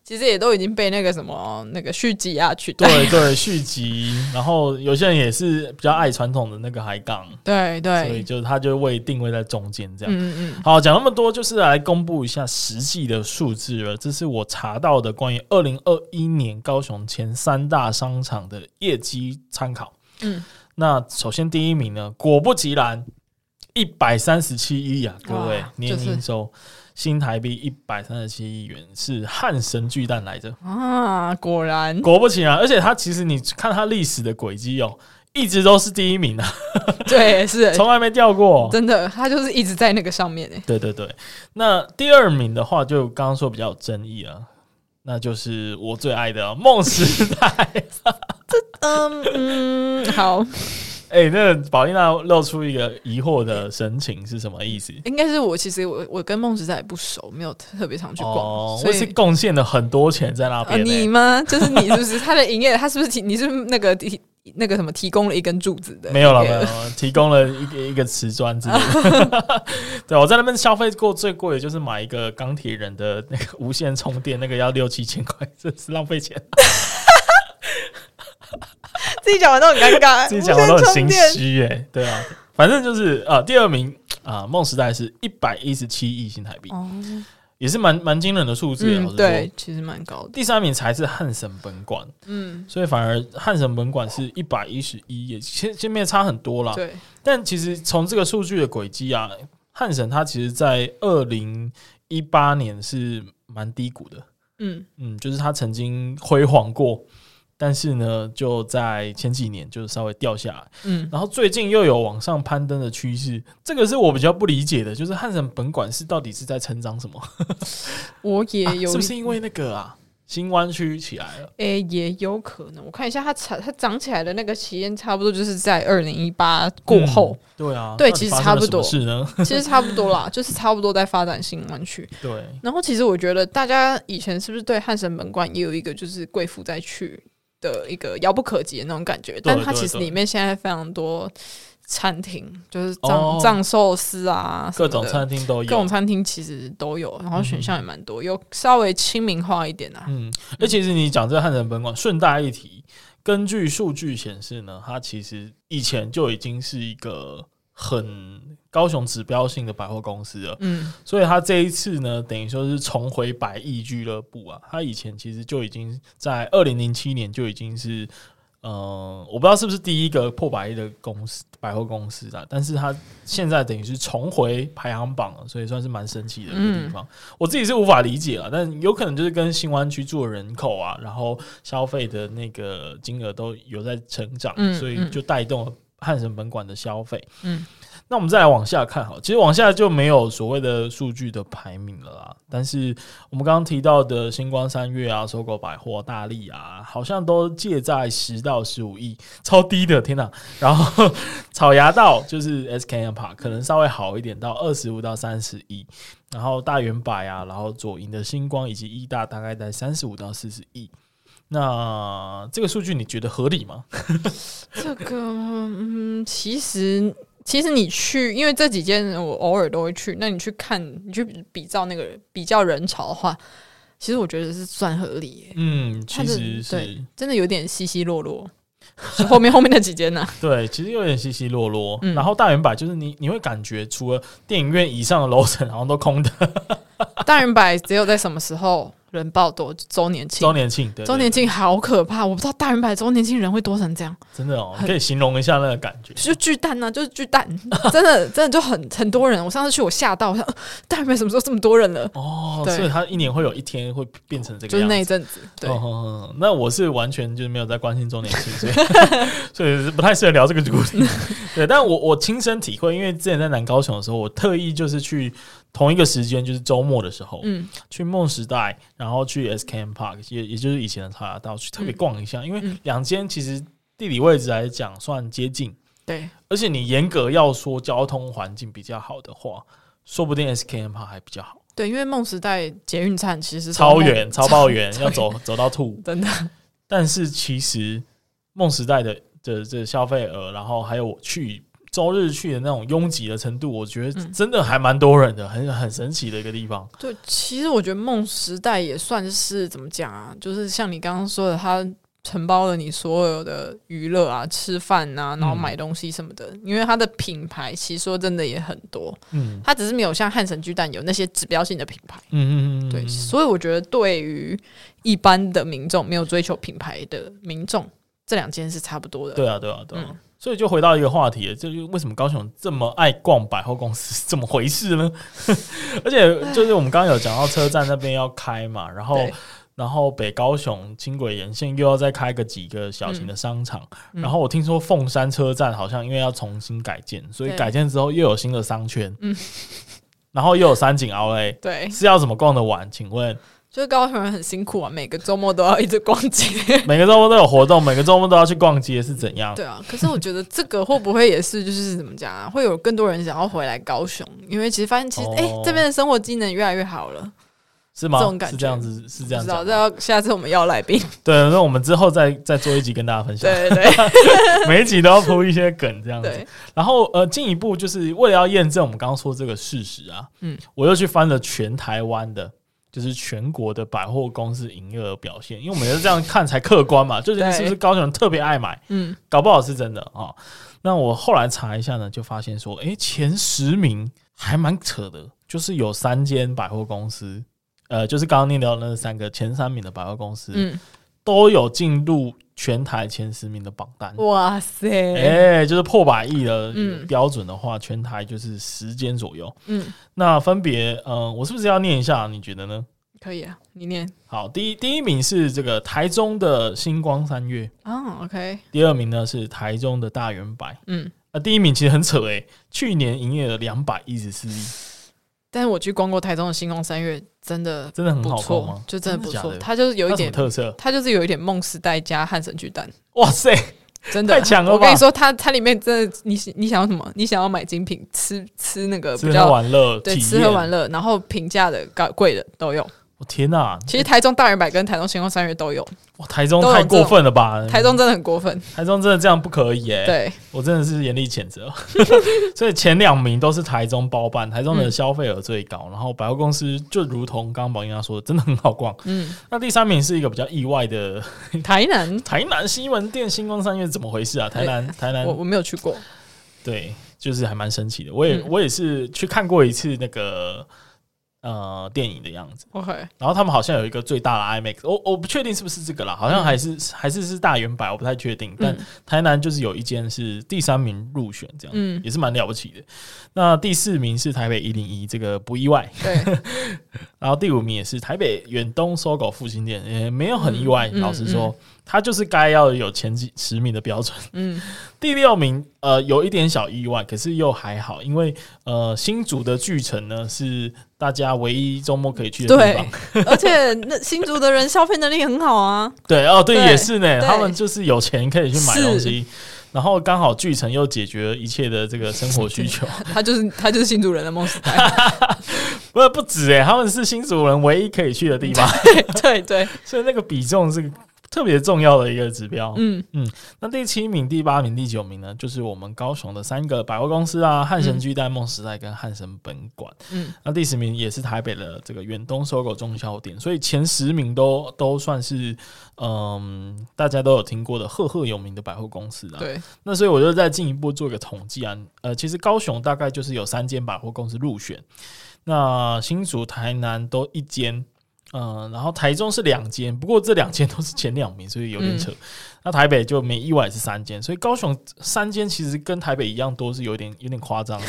S4: 其实也都已经被那个什么那个续集啊取代。
S3: 对对，续集， 然后有些人也是比较爱传统的那个海港，
S4: 对
S3: 所以
S4: 对，
S3: 就他就会定位在中间这样。
S4: 嗯嗯
S3: 好，讲那么多，就是来公布一下实际的数字了。这是我查到的关于二零二一年高雄前三大商场的业绩参考。
S4: 嗯
S3: 那首先第一名呢，果不其然，一百三十七亿啊，各位
S4: 哇
S3: 年
S4: 就是
S3: 营收新台币一百三十七亿元，是汉神巨蛋来着。
S4: 嗯啊，果然
S3: 果不其然，而且它其实你看它历史的轨迹哦，一直都是第一名啊，
S4: 对是
S3: 从来没掉过。哦
S4: 真的，他就是一直在那个上面哎、
S3: 对对对，那第二名的话，就刚刚说比较有争议啊，那就是我最爱的啊梦时代。
S4: 嗯嗯， 好，
S3: 哎、那宝丽娜露出一个疑惑的神情，是什么意思？
S4: 应该是我其实我我跟孟子在也不熟，没有特别常去逛，
S3: 哦，
S4: 所
S3: 我是
S4: 以。
S3: 贡献了很多钱在那
S4: 啊，
S3: 边、呢。欸
S4: 你吗？就是你，是不是他的营业？他是不是提？你是不是那个提那个什么提供了一根柱子的？
S3: 没有了，
S4: 一
S3: 没有
S4: 个
S3: 了，提供了一 个一个瓷砖之类的。 对，我在那边消费过最贵的就是买一个钢铁人的那个无线充电，那个要六七千块，真是浪费钱。
S4: 自己讲完都很尴尬，
S3: 自己讲我都
S4: 无
S3: 很
S4: 线充
S3: 心
S4: 电
S3: 虚哎，对啊，反正就是呃，第二名啊，梦、时代是一百一十七亿新台币，
S4: 哦，
S3: 也是蛮蛮惊人的数字。啊老
S4: 嗯，
S3: 实
S4: 对
S3: 说，，
S4: 其实蛮高的。
S3: 第三名才是汉神本馆，
S4: 嗯，
S3: 所以反而汉神本馆是一百一十一，也前前面差很多啦。
S4: 对，
S3: 但其实从这个数据的轨迹啊，汉神它其实在二零一八年是蛮低谷的，
S4: 嗯，
S3: 嗯，就是它曾经辉煌过，但是呢，就在前几年就稍微掉下来。
S4: 嗯，
S3: 然后最近又有往上攀登的趋势，这个是我比较不理解的，就是汉神本馆是到底是在成长什么？
S4: 我也
S3: 啊
S4: 有，
S3: 是不是因为那个啊，新湾区起来了？
S4: 诶、也有可能。我看一下它长它长起来的那个期间，差不多就是在二零一八过后
S3: 嗯，对啊，
S4: 对
S3: 到底
S4: 其实
S3: 发生了
S4: 差不多
S3: 什么事呢？
S4: 其实差不多啦，就是差不多在发展新湾区。
S3: 对，
S4: 然后其实我觉得大家以前是不是对汉神本馆也有一个就是贵妇在去的一个遥不可及的那种感觉？但它
S3: 对
S4: 其实
S3: 对
S4: 里面现在非常多餐厅，就是藏
S3: 哦
S4: 藏寿司啊，
S3: 各种。餐厅都
S4: 各种
S3: 有。
S4: 餐厅其实都有，然后选项也蛮多，有稍微亲民化一点啊。
S3: 嗯，哎，其实你讲这个汉神本馆，顺带一提，根据数据显示呢，它其实以前就已经是一个很高雄指标性的百货公司了，
S4: 嗯，
S3: 所以他这一次呢，等于说是重回百亿俱乐部啊。他以前其实就已经在二零零七年就已经是，呃，我不知道是不是第一个破百亿的公司百货公司啦，但是他现在等于是重回排行榜了，所以算是蛮神奇的一个地方。我自己是无法理解了，啊但有可能就是跟新湾区住的人口啊，然后消费的那个金额都有在成长，
S4: 嗯
S3: 所以
S4: 嗯
S3: 就带动了汉神本馆的消费。
S4: 嗯，
S3: 那我们再来往下看好，其实往下就没有所谓的数据的排名了啦。但是我们刚刚提到的星光三月啊、搜狗百货、大力啊，好像都介在十到十五亿，超低的，天哪！然后草芽道就是 SKM Park，可能稍微好一点，到二十五到三十亿。然后大圆柏啊，然后左营的星光以及医大大概在三十五到四十亿。那这个数据你觉得合理吗？
S4: 这个嗯，其实其实你去，因为这几间我偶尔都会去，那你去看，你去比照那个比较人潮的话，其实我觉得是算合理耶，
S3: 嗯，
S4: 它
S3: 其
S4: 的
S3: 实是
S4: 对真的有点稀稀落落。 后面后面那几间呢、啊
S3: 对，其实有点稀稀落落。
S4: 嗯
S3: 然后大圆柏就是你，你会感觉除了电影院以上的楼层好像都 空的。
S4: 大人摆只有在什么时候人爆多？周年庆
S3: 周，年庆，对，对
S4: 周年庆好可怕！我不知道大人摆周年庆人会多成这样，
S3: 对真的哦，
S4: 很
S3: 可以形容一下那个感觉。
S4: 就巨蛋呢、就是巨蛋，真的真的就很很多人。我上次去我吓到，我想呃大人摆什么时候这么多人了？
S3: 哦，
S4: 对
S3: 所以它一年会有一天会变成这
S4: 就
S3: 个
S4: 是
S3: 样
S4: 那一
S3: 子。
S4: 阵子，对，
S3: 哦哦哦那我是完全就是没有在关心周年庆， 所以所以是不太适合聊这个主题。 对，但我我亲身体会，因为之前在南高雄的时候，我特意就是去同一个时间，就是周末的时候，
S4: 嗯
S3: 去梦时代，然后去 SKM Park，也也就是以前的茶芽道去特别逛一下，因为
S4: 嗯
S3: 两间其实地理位置来讲算接近，
S4: 对，
S3: 而且你严格要说交通环境比较好的话，说不定 SKM Park 还比较好，
S4: 对，因为梦时代捷运站其实是
S3: 超
S4: 梦
S3: 远超爆 远，要走走到吐。
S4: 真的，
S3: 但是其实梦时代的的这消费额，然后还有我去。周日去的那种拥挤的程度，我觉得
S4: 嗯
S3: 真的还蛮多人的，很很神奇的一个地方。
S4: 对，其实我觉得梦时代也算是怎么讲啊，就是像你刚刚说的，它承包了你所有的娱乐啊、吃饭啊，然后
S3: 嗯
S4: 买东西什么的。因为它的品牌其实说真的也很多，
S3: 嗯
S4: 它只是没有像汉神巨蛋有那些指标性的品牌。
S3: 嗯嗯嗯嗯，
S4: 对，
S3: 嗯
S4: 所以我觉得对于一般的民众，没有追求品牌的民众，这两件是差不多的。
S3: 对啊，对啊，对啊。
S4: 嗯
S3: 所以就回到一个话题了，这就是为什么高雄这么爱逛百货公司，怎么回事呢？ 而且就是我们刚刚有讲到车站那边要开嘛，然后
S4: 对
S3: 然后北高雄轻轨沿线又要再开个几个小型的商场，
S4: 嗯
S3: 然后我听说凤山车站好像因为要重新改建，所以
S4: 对
S3: 改建之后又有新的商圈，
S4: 嗯
S3: 然后又有三井 LA，
S4: 对，
S3: 是要怎么逛得完？请问
S4: 就是高雄人很辛苦啊，每个周末都要一直逛街。
S3: 每个周末都有活动，每个周末都要去逛街是怎样？
S4: 对啊，可是我觉得这个会不会也是就是怎么讲啊？会有更多人想要回来高雄，因为其实发现其实
S3: 哦
S4: 哎、诶这边的生活技能越来越好了。
S3: 是吗？
S4: 这种感
S3: 是这样
S4: 觉
S3: 子，是这
S4: 不
S3: 样
S4: 知
S3: 子
S4: 道，。这要下次我们要来 宾。
S3: 对，那我们之后再再做一集跟大家分享，
S4: 对对对
S3: 每一集都要铺一些梗这样子。
S4: 对，
S3: 然后呃，进一步就是为了要验证我们刚刚说这个事实啊，嗯
S4: 嗯，
S3: 我又去翻了全台湾的，就是全国的百货公司营业额表现，因为我们要这样看才客观嘛，就是
S4: 对
S3: 是不是高雄人特别爱买，
S4: 嗯，
S3: 搞不好是真的哦。那我后来查一下呢，就发现说，诶，前十名还蛮扯的，就是有三间百货公司，呃，就是刚刚念到的那三个前三名的百货公司，
S4: 嗯，
S3: 都有进入全台前十名的榜单。
S4: 嗯哇塞，
S3: 哎、就是破百亿的
S4: 嗯
S3: 标准的话，全台就是十间左右。
S4: 嗯，
S3: 那分别，呃，我是不是要念一下？你觉得呢？
S4: 可以啊，你念
S3: 好，第一第一名是这个台中的星光三月，
S4: 啊、o k
S3: 第二名呢是台中的大圆百。
S4: 嗯，
S3: 那、第一名其实很扯哎、去年营业额两百一十四亿，
S4: 但是我去逛过台中的星光三月，真的
S3: 真的很
S4: 不
S3: 好逛
S4: 错
S3: 吗，？
S4: 就真的不
S3: 假
S4: 错
S3: 的。
S4: 它就是有
S3: 它
S4: 一
S3: 什么
S4: 点，
S3: 特色？
S4: 它就是有一点梦时代加汉神巨蛋，
S3: 哇塞，
S4: 真的
S3: 太强了吧
S4: 我跟你说，它它里面真的，你你想要什么？你想要买精品，吃吃那个比
S3: 吃
S4: 较
S3: 喝玩乐，
S4: 对，
S3: 体
S4: 吃喝
S3: 验
S4: 玩乐，然后平价的、高贵的都有。
S3: 我天哪、
S4: 其实台中大圆百跟台中星光三月都有，
S3: 哇，台中
S4: 都有
S3: 太
S4: 这
S3: 过
S4: 种
S3: 分了吧？
S4: 台中真的很过分。
S3: 台中真的这样不可嗯以哎、
S4: 对，
S3: 我真的是严厉谴责。 所以前两名都是台中包办，台中的消费额最高，然后百货公司就如同刚刚宝英娜说的，真的很好逛。
S4: 嗯，
S3: 那第三名是一个比较意外的
S4: 台南
S3: 台南西门店星光三月，怎么回事啊？台南台南
S4: 我我没有去过，
S3: 对。就是还蛮神奇的。我也、
S4: 嗯
S3: 我也是去看过一次那个呃电影的样子，
S4: OK，
S3: 然后他们好像有一个最大的 IMAX，我我不确定是不是这个啦，好像还是、还是是大圆百，我不太确定。但
S4: 嗯
S3: 台南就是有一间是第三名入选，这样、
S4: 嗯
S3: 也是蛮了不起的。那第四名是台北一零一，这个不意外。
S4: 对，
S3: 然后第五名也是台北远东搜狗复兴店，也没有很意外。
S4: 嗯
S3: 老实说，它就是该要有前几十名的标准。
S4: 嗯
S3: 第六名，呃，有一点小意外，可是又还好，因为呃，新竹的巨城呢是大家唯一周末可以去的地
S4: 对
S3: 方。，
S4: 而且那新竹的人消费能力很好啊，
S3: 对哦，对，
S4: 对
S3: 也是呢，
S4: 对
S3: 他们就是有钱可以去买东西，然后刚好巨城又解决了一切的这个生活需求。
S4: 他就是他就是新竹人的梦 时代，
S3: 不是不止诶，他们是新竹人唯一可以去的地 方，
S4: 对对，
S3: 所以那个比重是特别重要的一个指标。
S4: 嗯
S3: 那第七名、第八名、第九名呢，就是我们高雄的三个百货公司啊，汉神巨蛋、梦时代跟汉神本馆。
S4: 嗯，
S3: 那第十名也是台北的这个远东收购中小店，所以前十名都都算是嗯大家都有听过的赫赫有名的百货公司啊。
S4: 对，
S3: 那所以我就再进一步做个统计啊，呃，其实高雄大概就是有三间百货公司入选，那新竹、台南都一间，嗯、然后台中是两间，不过这两间都是前两名，所以有点
S4: 嗯
S3: 扯。那台北就没意外是三间，所以高雄三间其实跟台北一样多，是有点有点夸 张嘛。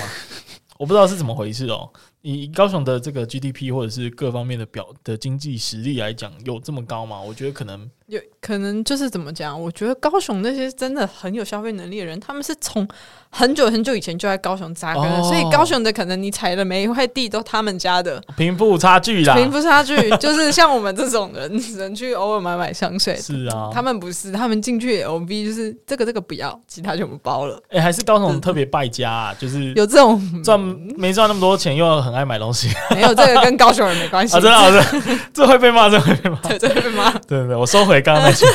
S3: 我不知道是怎么回事哦。以以高雄的这个 GDP 或者是各方面的表的经济实力来讲，有这么高吗？我觉得可能
S4: 有可能就是怎么讲？我觉得高雄那些真的很有消费能力的人，他们是从很久很久以前就在高雄扎根了，
S3: 哦
S4: 所以高雄的可能你踩的每一块地都他们家的，
S3: 贫富差距啦，
S4: 贫富差距 就是像我们这种人只能去偶尔买买香水。
S3: 是啊，
S4: 他们不是，他们进去 LV 就是这个这个不要，其他全部包了。
S3: 哎、还是高雄特别败家、啊，就是
S4: 有这种
S3: 赚没赚那么多钱，又很爱买东 西啊！
S4: 没有这个跟高雄人没关系，
S3: 真的、啊，这这会被骂，这会被骂。
S4: 对对吗？
S3: 对对对，我收回刚刚那句话。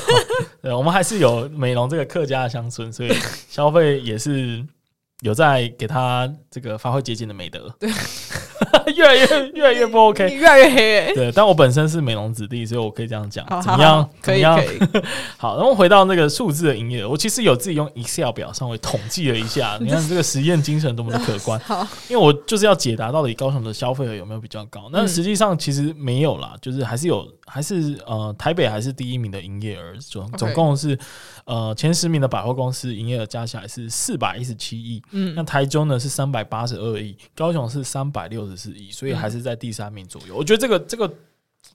S3: 对，我们还是有美容这个客家的乡村，所以消费也是有在给他这个发挥接近的美德。对， 越来越越来越不 OK。
S4: 你越来越黑、欸。
S3: 对，但我本身是美容子弟，所以我可以这样讲。
S4: 好
S3: 怎
S4: 好
S3: 么样
S4: 好？
S3: 怎
S4: 可
S3: 么
S4: 以
S3: 样
S4: 可？以，
S3: 好，然后回到那个数字的营业额，我其实有自己用 Excel 表稍微统计了一 下，你看这个实验精神多么的可观。
S4: 好，
S3: 因为我就是要解答到底高雄的消费额有没有比较高，但
S4: 嗯
S3: 实际上其实没有啦，就是还是有，还是呃台北还是第一名的营业额，总
S4: OK
S3: 总共是呃前十名的百货公司营业额加起来是四百一十七亿，
S4: 嗯
S3: 那台中呢是三百八十二亿，高雄是三百六十四亿，所以还是在第三名左右。我觉得这个这个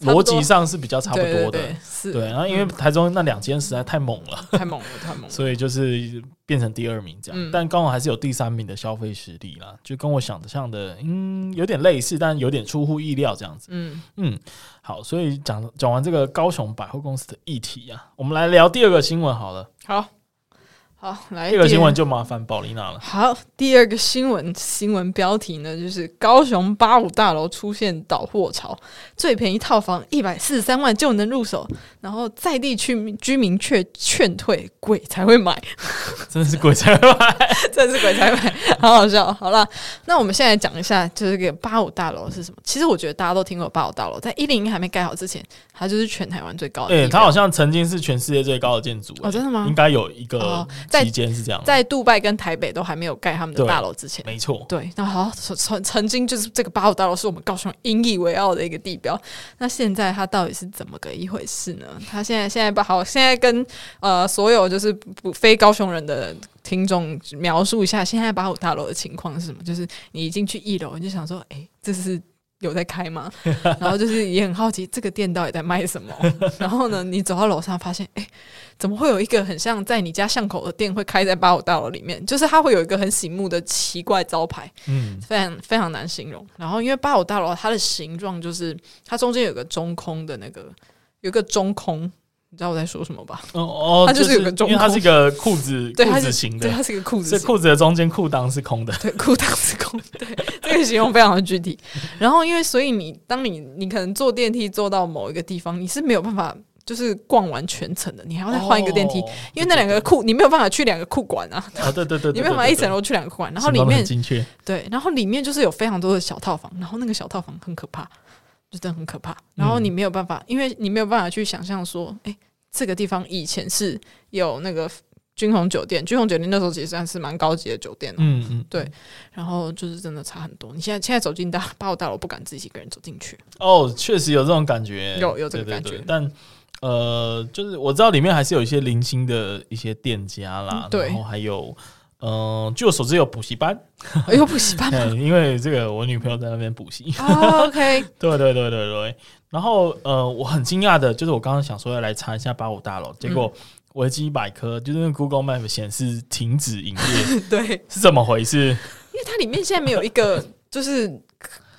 S4: 不
S3: 逻
S4: 多
S3: 辑上是比 较差不多
S4: 对
S3: 的，
S4: 对对是嗯
S3: 对。然后因为台中那两间实在太猛了。
S4: 太猛了，太猛了。
S3: 所以就是变成第二名这样。
S4: 嗯
S3: 但高雄还是有第三名的消费实力啦，就跟我想象的，嗯，有点类似，但有点出乎意料这样子。
S4: 嗯，
S3: 嗯，好，所以讲讲完这个高雄百货公司的议题啊，我们来聊第二个新闻好了。
S4: 好，好，来
S3: 第二个新闻
S4: 就
S3: 就麻烦宝丽娜 了。
S4: 好。第二个新闻新闻标题呢，就是高雄八五大楼出现倒货潮，最便宜套房一百四十三万就能入手，然后在地居民居民却劝退，鬼才会买，
S3: 真的是鬼才买，
S4: 哦真是鬼才买，好好笑。好了，那我们现在讲一下，就是这个八五大楼是什么？其实我觉得大家都听过八五大楼，在一零一还没盖好之前，它就是全台湾最高的
S3: 对、
S4: 地
S3: 它
S4: 标。
S3: 哎好像曾经是全世界最高的建筑、
S4: 哦真的吗
S3: 应该有一个
S4: 哦在
S3: 期间是这样，
S4: 在杜拜跟台北都还没有盖他们的
S3: 对
S4: 大楼之前，
S3: 没错。
S4: 对，那好，曾曾曾经就是这个八五大楼是我们高雄引以为傲的一个地标。那现在它到底是怎么个一回事呢？它现在现在把好，现在跟呃所有就是不非高雄人的听众描述一下，现在八五大楼的情况是什么？就是你一进去一楼，你就想说，哎、这是。有在开吗？ 然后就是也很好奇这个店到底在卖什么。 然后呢，你走到楼上发现，哎、怎么会有一个很像在你家巷口的店会开在八五大楼里面？就是它会有一个很醒目的奇怪招牌，
S3: 嗯，
S4: 非常非常难形容。然后因为八五大楼它的形状就是它中间有个中空的那个，有一个中空，你知道我在说什 么吧？
S3: 哦哦，
S4: 它就是有个
S3: 因
S4: 中
S3: 为它
S4: 空
S3: 是一个裤子
S4: 对，
S3: 裤
S4: 它
S3: 子
S4: 是
S3: 型
S4: 对，
S3: 的，
S4: 它是一个裤子
S3: 这
S4: 型。
S3: 裤子的中间裤裆是空的。
S4: 对，裤裆是空的，对，这个形容非常的具体。然后，因为所以你当你你可能坐电梯坐到某一个地方，你是没有办法就是逛完全程的，你还要再换一个电梯，
S3: 哦
S4: 因为那两个库你没有办法去两个库管啊，
S3: 啊，对对对，对
S4: 你没有办法一层，楼去两个库管，然后里面
S3: 精确，
S4: 对，然后里面就是有非常多的小套房，然后那个小套房很可怕，就真的很可怕。然
S3: 嗯
S4: 后你没有办法，因为你没有办法去想象说，哎，这个地方以前是有那个君鸿酒店，君鸿酒店那时候其实算是蛮高级的酒店、哦，
S3: 嗯嗯，
S4: 对然后就是真的差很多。你现在现在走进大八五大楼，不敢自己一个人走进去，
S3: 哦，确实有这种感觉，
S4: 有有这
S3: 对
S4: 个
S3: 对
S4: 感觉
S3: 对但呃，就是我知道里面还是有一些零星的一些店家啦，
S4: 嗯对
S3: 然后还有。嗯，据我所知有补习班，
S4: 哎呦补 习班
S3: 嗯，因为这个我女朋友在那边补习。
S4: 啊，OK，
S3: 对对对对对。然后呃，我很惊讶的，就是我刚刚想说要来查一下八五大楼，结
S4: 嗯
S3: 果维基百科就是那个 Google Map 显示停止营业，
S4: 对，
S3: 是怎么回事？
S4: 因为它里面现在没有一个就是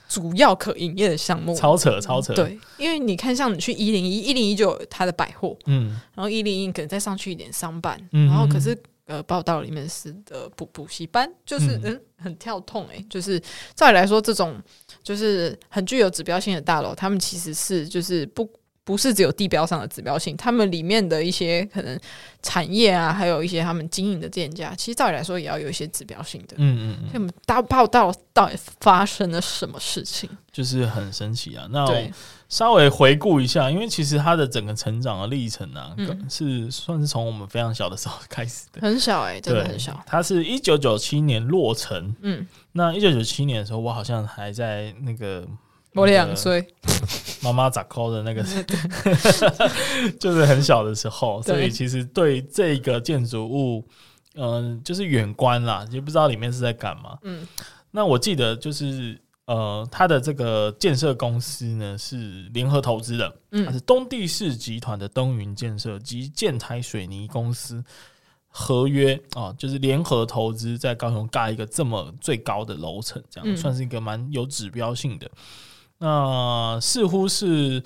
S4: 主要可营业的项目。
S3: 超扯超扯。，
S4: 对，因为你看，像你去一零一，一零一就有它的百货，
S3: 嗯
S4: 然后一零一可能再上去一点商办，
S3: 嗯
S4: 然后可是呃，报道里面是的补补习班，就是
S3: 嗯
S4: 嗯很跳痛诶、就是照理来说，这种就是很具有指标性的大楼，他们其实是就是不。不是只有地标上的指标性，他们里面的一些可能产业啊，还有一些他们经营的店家，其实照理来说也要有一些指标性的。
S3: 嗯嗯
S4: 所
S3: 嗯，
S4: 以我们大报道到底发生了什么事情？
S3: 就是很神奇啊。那
S4: 对，
S3: 稍微回顾一下，因为其实他的整个成长的历程啊，
S4: 嗯
S3: 是算是从我们非常小的时候开始的。
S4: 很小哎、真的很小。
S3: 他是一九九七年落成。
S4: 嗯，
S3: 那一九九七年的时候，我好像还在那个
S4: 我两岁，
S3: 妈妈咋扣的那 个，就是很小的时候，
S4: 对
S3: 所以其实对这个建筑物，嗯、就是远观啦，也不知道里面是在干嘛。
S4: 嗯
S3: 那我记得就是呃，它的这个建设公司呢是联合投资的，它是
S4: 嗯
S3: 东地市集团的登云建设及建台水泥公司合约啊，就是联合投资在高雄盖一个这么最高的楼层，这样、
S4: 嗯
S3: 算是一个蛮有指标性的。那似乎是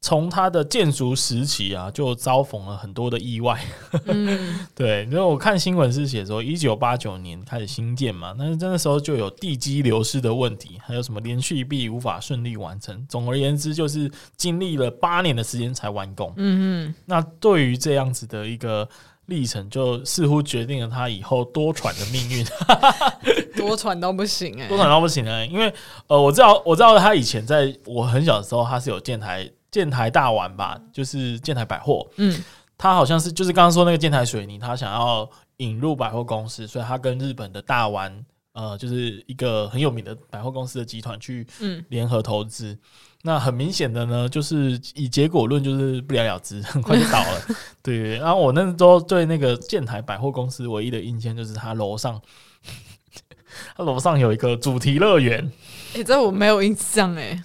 S3: 从它的建筑时期啊，就遭逢了很多的意外。
S4: 嗯，
S3: 对，因为我看新闻是写说，一九八九年开始新建嘛，但是那时候就有地基流失的问题，还有什么连续壁无法顺利完成。总而言之，就是经历了八年的时间才完工。
S4: 嗯
S3: 那对于这样子的一个历程，就似乎决定了他以后多舛的命运，
S4: 嗯， 多传到不行哎、
S3: 多舛到不行了。因为呃，我知道，我知道他以前在我很小的时候，他是有建台建台大玩吧，就是建台百货，
S4: 嗯
S3: 他好像是就是刚刚说那个建材水泥，他想要引入百货公司，所以他跟日本的大丸呃，就是一个很有名的百货公司的集团去
S4: 嗯
S3: 联合投资。那很明显的呢，就是以结果论，就是不了了之，很快就倒了。 对，然后我那时候对那个建台百货公司唯一的印象就是，它楼上，它楼上有一个主题乐园，
S4: 哎、这我没有印象哎、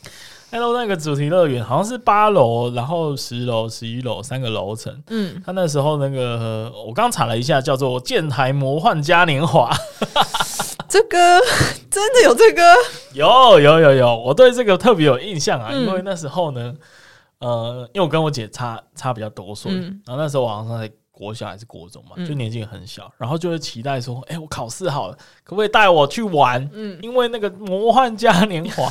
S3: 那楼上有一个主题乐园好像是八楼，然后十楼、十一楼三个楼层，
S4: 嗯，
S3: 他那时候那个，呃我刚查了一下，叫做《建台魔幻嘉年华》
S4: 这个 真的有这个，
S3: 有有有有，我对这个特别有印象啊，
S4: 嗯
S3: 因为那时候呢，呃，因为我跟我姐差差比较多岁，
S4: 嗯
S3: 然后那时候我好像在国小还是国中嘛，
S4: 嗯
S3: 就年纪很小，然后就会期待说，哎、我考试好了，可不可以带我去玩？
S4: 嗯
S3: 因为那个《魔幻嘉年华》。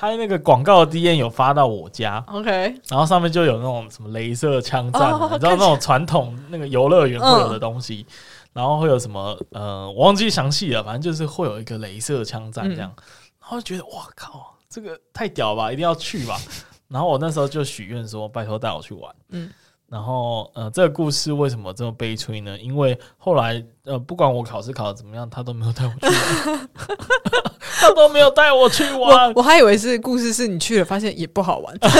S3: 它那个广告的 D N 有发到我家，
S4: ，OK，
S3: 然后上面就有那种什么镭射枪战啊，
S4: 哦
S3: 你知道那
S4: 看起来嗯
S3: 种传统那个游乐园会有的东西，然后会有什么呃，我忘记详细了，反正就是会有一个镭射枪战
S4: 嗯
S3: 这样，然后就觉得哇靠，这个太屌吧，一定要去 吧。然后我那时候就许愿说，拜托带我去玩。
S4: 嗯
S3: 然后呃，这个故事为什么这么悲催呢？因为后来呃，不管我考试考的怎么样，他都没有带我去玩， 他都没有带我去玩
S4: 我。我还以为是故事是你去了，发现也不好玩，哎、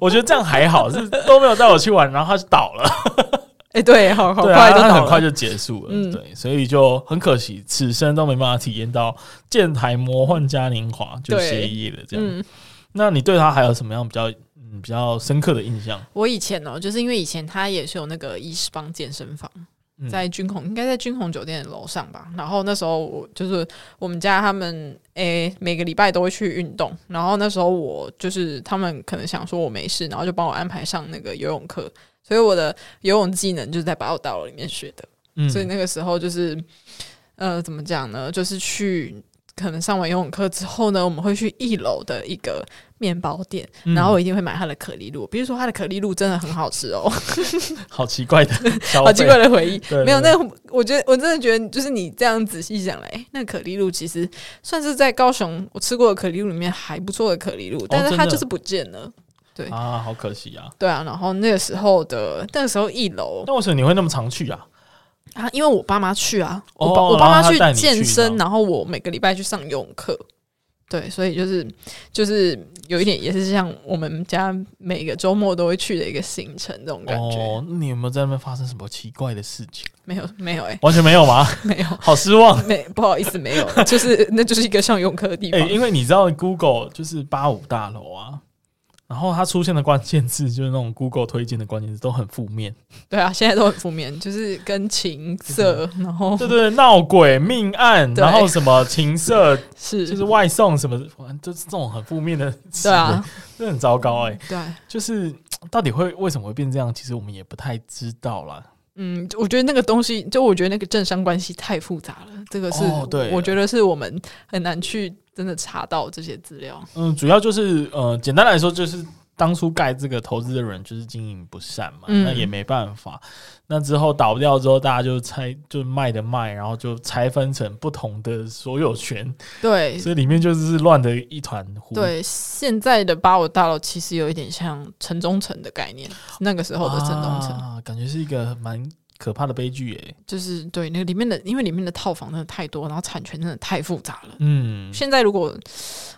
S3: 我觉得这样还好，是都没有带我去玩，然后他就倒了。
S4: 欸对，好好
S3: 对
S4: 快
S3: 啊，
S4: 就
S3: 它
S4: 倒
S3: 很快
S4: 了
S3: 就结束了，
S4: 嗯
S3: 对，所以就很可惜，此生都没办法体验到建台魔幻嘉年华就
S4: 对
S3: 歇业了这样。
S4: 嗯，
S3: 那你对它还有什么样比较嗯比较深刻的印象？
S4: 我以前哦，就是因为以前他也是有那个医师帮健身房，
S3: 嗯
S4: 在君鸿，应该在君鸿酒店的楼上吧。然后那时候我就是我们家他们诶、每个礼拜都会去运动。然后那时候我就是他们可能想说我没事，然后就帮我安排上那个游泳课。所以我的游泳技能就是在八大楼里面学的。
S3: 嗯
S4: 所以那个时候就是呃，怎么讲呢？就是去可能上完游泳课之后呢，我们会去一楼的一个面包店，
S3: 嗯
S4: 然后我一定会买它的可丽露。比如说它的可丽露真的很好吃哦。
S3: 好奇怪 的消费，
S4: 好奇怪的回忆。
S3: 哦对对
S4: 没有，
S3: 对
S4: 那个我觉得我真的觉得，就是你这样仔细想来，诶那可丽露其实算是在高雄我吃过的可丽露里面还不错的可丽露，但是
S3: 哦
S4: 它
S3: 真的
S4: 就是不见了。对
S3: 啊，好可惜啊。
S4: 对啊，然后那个时候的那个时候一楼，
S3: 那为什么你会那么常去啊？
S4: 啊，因为我爸妈去啊，我爸、
S3: 哦
S4: 我爸
S3: 然后
S4: 妈
S3: 他带你去
S4: 健
S3: 这
S4: 身，
S3: 样
S4: 然后我每个礼拜去上游泳课，对，所以就是就是有一点也是像我们家每个周末都会去的一个行程这种感觉，
S3: 哦，那你有没有在那边发生什么奇怪的事情？
S4: 没有没有哎、
S3: 完全没有吗？
S4: 没有。
S3: 好失望。
S4: 没不好意思，没有， 就是那就是一个上游泳课的地
S3: 哎、
S4: 方。
S3: 因为你知道 Google 就是八五大楼啊，然后它出现的关键字就是那种 Google 推荐的关键字都很负面，
S4: 对啊，现在都很负面，就是跟情色，然 后
S3: 对对，对闹鬼、命案，
S4: 对
S3: 然后什么情色，
S4: 是
S3: 就是外送什么的，反正就是这种很负面的词
S4: 对
S3: 汇，
S4: 啊，
S3: 这很糟糕哎、
S4: 对啊，
S3: 就是到底会为什么会变这样，其实我们也不太知道啦。
S4: 嗯，我觉得那个东西，就我觉得那个政商关系太复杂了，这个是、
S3: 哦对
S4: 我觉得是我们很难去真的查到这些资料。
S3: 嗯，主要就是呃，简单来说就是。当初盖这个投资的人就是经营不善嘛，
S4: 嗯
S3: 那也没办法。那之后倒掉之后，大家就拆，就卖的卖，然后就拆分成不同的所有权，
S4: 对
S3: 所以里面就是乱的一团糊。
S4: 对，现在的八五大楼其实有一点像城中城的概念，那个时候的城中城、
S3: 啊，感觉是一个蛮可怕的悲剧诶、
S4: 就是对那个里面的，因为里面的套房真的太多，然后产权真的太复杂了。
S3: 嗯，
S4: 现在如果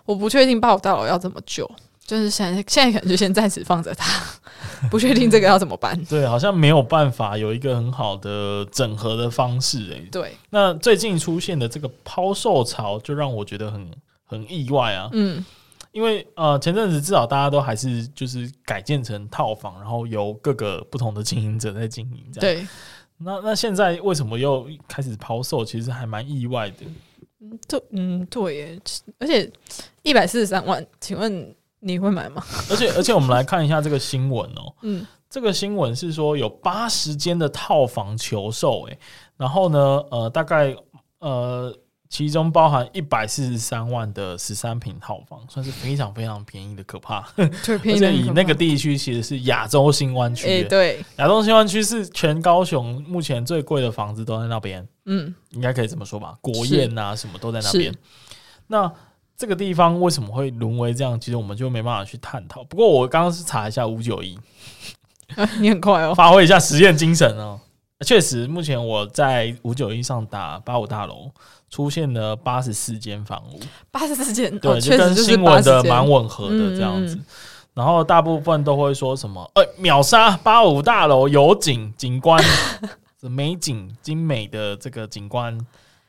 S4: 我不确定八五大楼要怎么救，就是现在现在可能就先暂时放着它， 不确定这个要怎么办。
S3: 对，好像没有办法有一个很好的整合的方式诶、
S4: 对，
S3: 那最近出现的这个抛售潮，就让我觉得很很意外啊，
S4: 嗯，
S3: 因为呃前阵子至少大家都还是就是改建成套房，然后由各个不同的经营者在经营这样。，
S4: 对。
S3: 那那现在为什么又开始抛售？其实还蛮意外的。
S4: 对，嗯，对耶，而且一百四十三万，请问你会买吗？
S3: 而且而且我们来看一下这个新闻哦、
S4: 嗯，
S3: 这个新闻是说有八十间的套房求售、欸，然后呢，呃，大概呃，其中包含一百四十三万的十三平套房，算是非常非常便宜的，可怕。
S4: 就
S3: 而
S4: 便宜
S3: 且
S4: 得很
S3: 以
S4: 可
S3: 那个
S4: 怕，
S3: 地区其实是亚洲新湾区、
S4: 哎、
S3: 欸，
S4: 对，
S3: 亚洲新湾区是全高雄目前最贵的房子都在那边，
S4: 嗯，
S3: 应该可以这么说吧？国宴啊，什么都在那边
S4: 是。
S3: 那这个地方为什么会沦为这样？其实我们就没办法去探讨。不过我刚刚是查一下五九一，
S4: 啊你很快 哦，
S3: 发挥一下实验精神哦。确实，目前我在五九一上打八五大楼，出现了八十四间房屋，
S4: 八十四件，
S3: 对，
S4: 哦、确
S3: 跟
S4: 实就是
S3: 新闻的
S4: 84间
S3: 蛮吻合的这样子。
S4: 嗯嗯
S3: 然后大部分都会说什么，呃、秒杀八五大楼有景景观， 美景精美的这个景观，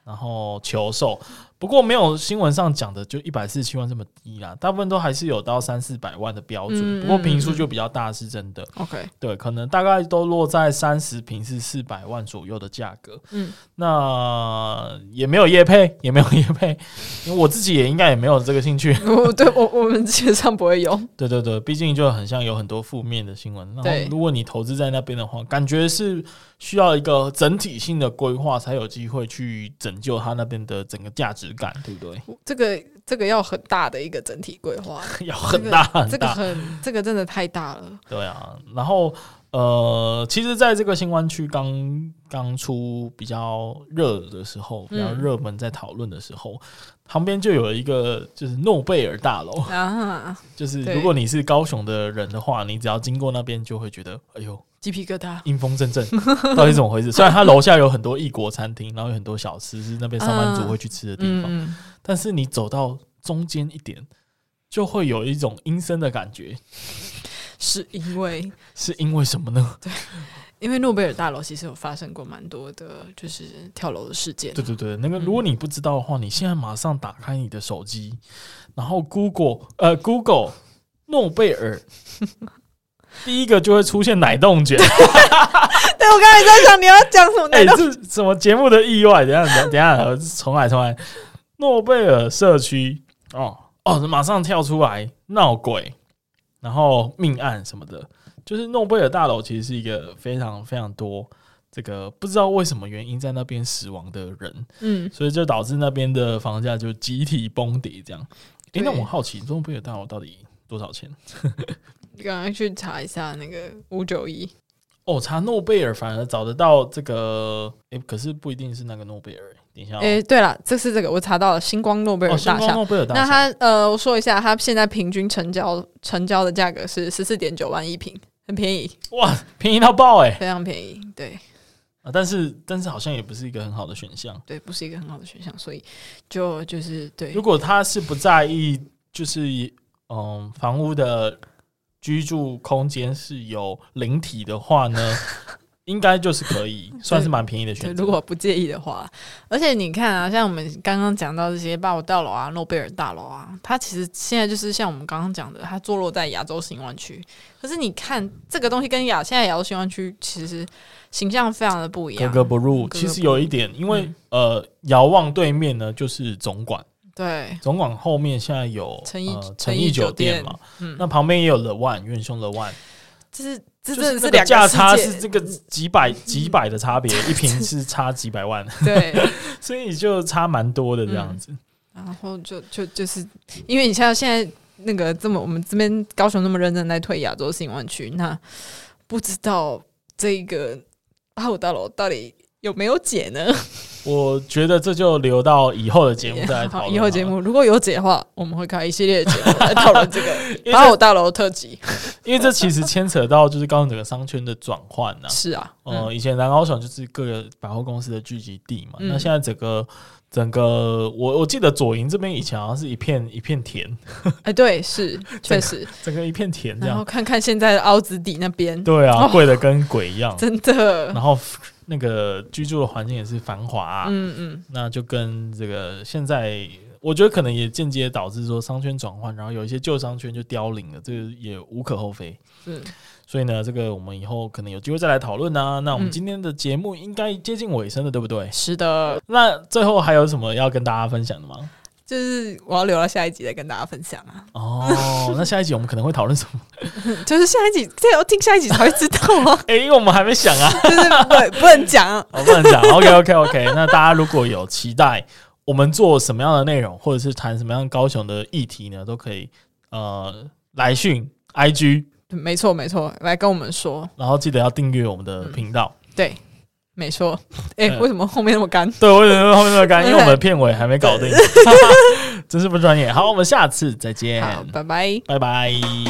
S3: 然后求售。不过没有新闻上讲的就一百四十七万这么低啦，大部分都还是有到三四百万的标准，
S4: 嗯
S3: 不过
S4: 嗯
S3: 平数
S4: 嗯
S3: 就比较大，是真的。
S4: OK，
S3: 对，可能大概都落在三十平是四百万左右的价格。
S4: 嗯，
S3: 那也没有业配，也没有业配，因为我自己也应该也没有这个兴趣。
S4: 我对我我们基本上不会有，
S3: 对对对，毕竟就很像有很多负面的新闻。然
S4: 对
S3: 后如果你投资在那边的话，感觉是需要一个整体性的规划，才有机会去拯救它那边的整个价值感，对 不对？
S4: 这个这个要很大的一个整体规划，
S3: 要很大很大。
S4: 这个很这个真的太大了，
S3: 对啊，然后呃，其实在这个新湾区刚刚出比较热的时候，比较
S4: 嗯
S3: 热门在讨论的时候，旁边就有一个就是诺贝尔大楼，
S4: 啊，
S3: 就是
S4: 对
S3: 如果你是高雄的人的话，你只要经过那边就会觉得，哎呦，
S4: 鸡 皮疙瘩。
S3: 阴风阵阵，到底怎么回事？虽然它楼下有很多异国餐厅，然后有很多小吃是那边上班族会去吃的地
S4: 嗯
S3: 方，
S4: 嗯，
S3: 但是你走到中间一点，就会有一种阴森的感觉，
S4: 是因为
S3: 是因为什么呢？
S4: 因为诺贝尔大楼其实有发生过蛮多的，就是跳楼的事件。
S3: 对对对，那个如果你不知道的话，你现在马上打开你的手机，然后 Google 呃 Google 诺贝尔，第一个就会出现奶冻卷。
S4: 对，我刚才在想你要讲什么
S3: 哎、这是什么节目的意外？等一下等一下等一下，重来重来。诺贝尔社区哦哦，马上跳出来闹鬼，然后命案什么的，就是诺贝尔大楼其实是一个非常非常多这个不知道为什么原因在那边死亡的人。
S4: 嗯，
S3: 所以就导致那边的房价就集体崩跌，这样。诶、
S4: 对
S3: 那我好奇，中贝尔大楼到底多少钱？
S4: 你刚刚去查一下那个五九一，
S3: 哦，查诺贝尔反而找得到这个，诶、可是不一定是那个诺贝尔、等一下、哦，
S4: 诶，哎对了，这是这个我查到了星光诺贝尔
S3: 哦，星
S4: 大
S3: 光
S4: 厦。
S3: 诺贝尔大
S4: 那
S3: 厦，
S4: 它呃，我说一下，它现在平均成交成交的价格是十四点九万一平，很便宜，
S3: 哇，便宜到爆诶、
S4: 非常便宜。对，
S3: 啊，但是但是好像也不是一个很好的选项。
S4: 对，不是一个很好的选项，所以就就是对
S3: 如，果他是不在意，就是嗯，房屋的居住空间是有灵体的话呢， 应该就是可以，算是蛮便宜的
S4: 对，
S3: 选择。
S4: 如果不介意的话，而且你看啊，像我们刚刚讲到这些八五大楼啊、诺贝尔大楼啊，它其实现在就是像我们刚刚讲的，它坐落在亚洲新湾区。可是你看这个东西跟亚现在亚洲新湾区其实形象非常的不一
S3: 格
S4: 样。
S3: 格不入，
S4: 格格
S3: 其实
S4: 不入嗯
S3: 有一点，因为、呃，遥望对面呢就是总馆，
S4: 对，
S3: 总馆后面现在有
S4: 诚意
S3: 呃、
S4: 诚
S3: 诚
S4: 意
S3: 意
S4: 酒
S3: 酒店嘛，
S4: 嗯
S3: 那旁边也有 The One 元凶 The One，
S4: 这是这
S3: 就
S4: 真的
S3: 那
S4: 两
S3: 个价
S4: 世
S3: 差
S4: 界
S3: 是这个几百几百的 差别，一瓶是差几百万，
S4: 对，
S3: 所以就差蛮多的这样
S4: 嗯
S3: 子。
S4: 然后就就就是因为你像现在那个这么我们这边高雄那么认真在推亚洲新湾区，那不知道这个八五大楼到底有没有解呢？
S3: 我觉得这就留到以后的 节目再来讨
S4: 好，
S3: 论。
S4: 以后节，目如果有解的话，我们会开一系列的节目来讨论这个
S3: 因为这啊
S4: 八五大楼特辑。
S3: 因为这其实牵扯到就是高雄整个商圈的转换呐。
S4: 是啊，嗯
S3: 呃，以前南高雄就是各个百货公司的聚集地嘛，
S4: 嗯
S3: 那现在整个整个我我记得左营这边以前好像是一片一片田，
S4: 哎，对，是确实。
S3: 整个一片田这
S4: 然
S3: 样
S4: 后。看看现在的凹子底那边，
S3: 对啊，
S4: 哦
S3: 贵的跟鬼一样。
S4: 真的，
S3: 然后那个居住的环境也是繁华、啊，
S4: 嗯嗯，
S3: 那就跟这个现在，我觉得可能也间接导致说商圈转换，然后有一些旧商圈就凋零了，这个也无可厚非。
S4: 嗯是
S3: 所以呢，这个我们以后可能有机会再来讨论啊。那我
S4: 嗯
S3: 们今天的节目应该接近尾声了，对不对？
S4: 是的，
S3: 那最后还有什么要跟大家分享的吗？
S4: 就是我要留到下一集再跟大家分享啊。
S3: 哦，那下一集我们可能会讨论什 么？
S4: 就是下一集，这要听下一集才会知道啊，
S3: 哎、因为我们还没想 啊。
S4: 就是不不能讲。
S3: 哦我不能 讲。OK OK OK，那大家如果有期待我们做什么样的内容，或者是谈什么样高雄的议题呢，都可以呃来讯 IG，
S4: 没错，没错，来跟我们说，
S3: 然后记得要订阅我们的频道。
S4: 对，没错。哎、
S3: 嗯
S4: 为什么后面那么干？
S3: 对，我觉得后面那么干，因为我们的片尾还没搞定，哈哈 真是不专业。好，我们下次再见，
S4: 好，拜拜。
S3: 拜拜。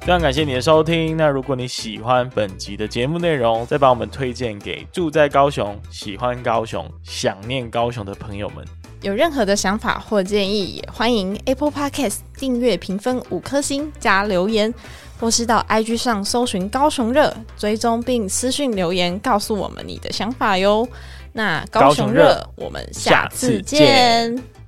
S3: 非常感谢你的收听。那如果你喜欢本集的节目内容，再把我们推荐给住在高雄、喜欢高雄、想念高雄的朋友们。
S5: 有任何的想法或建议，也欢迎 Apple Podcast 订阅、评分五颗星加留言，或是到 IG 上搜寻“高雄热”，追踪并私讯留言告诉我们你的想法哟。那高雄热，
S3: 高雄热
S5: 我们
S3: 下
S5: 下次
S3: 次见
S5: 见。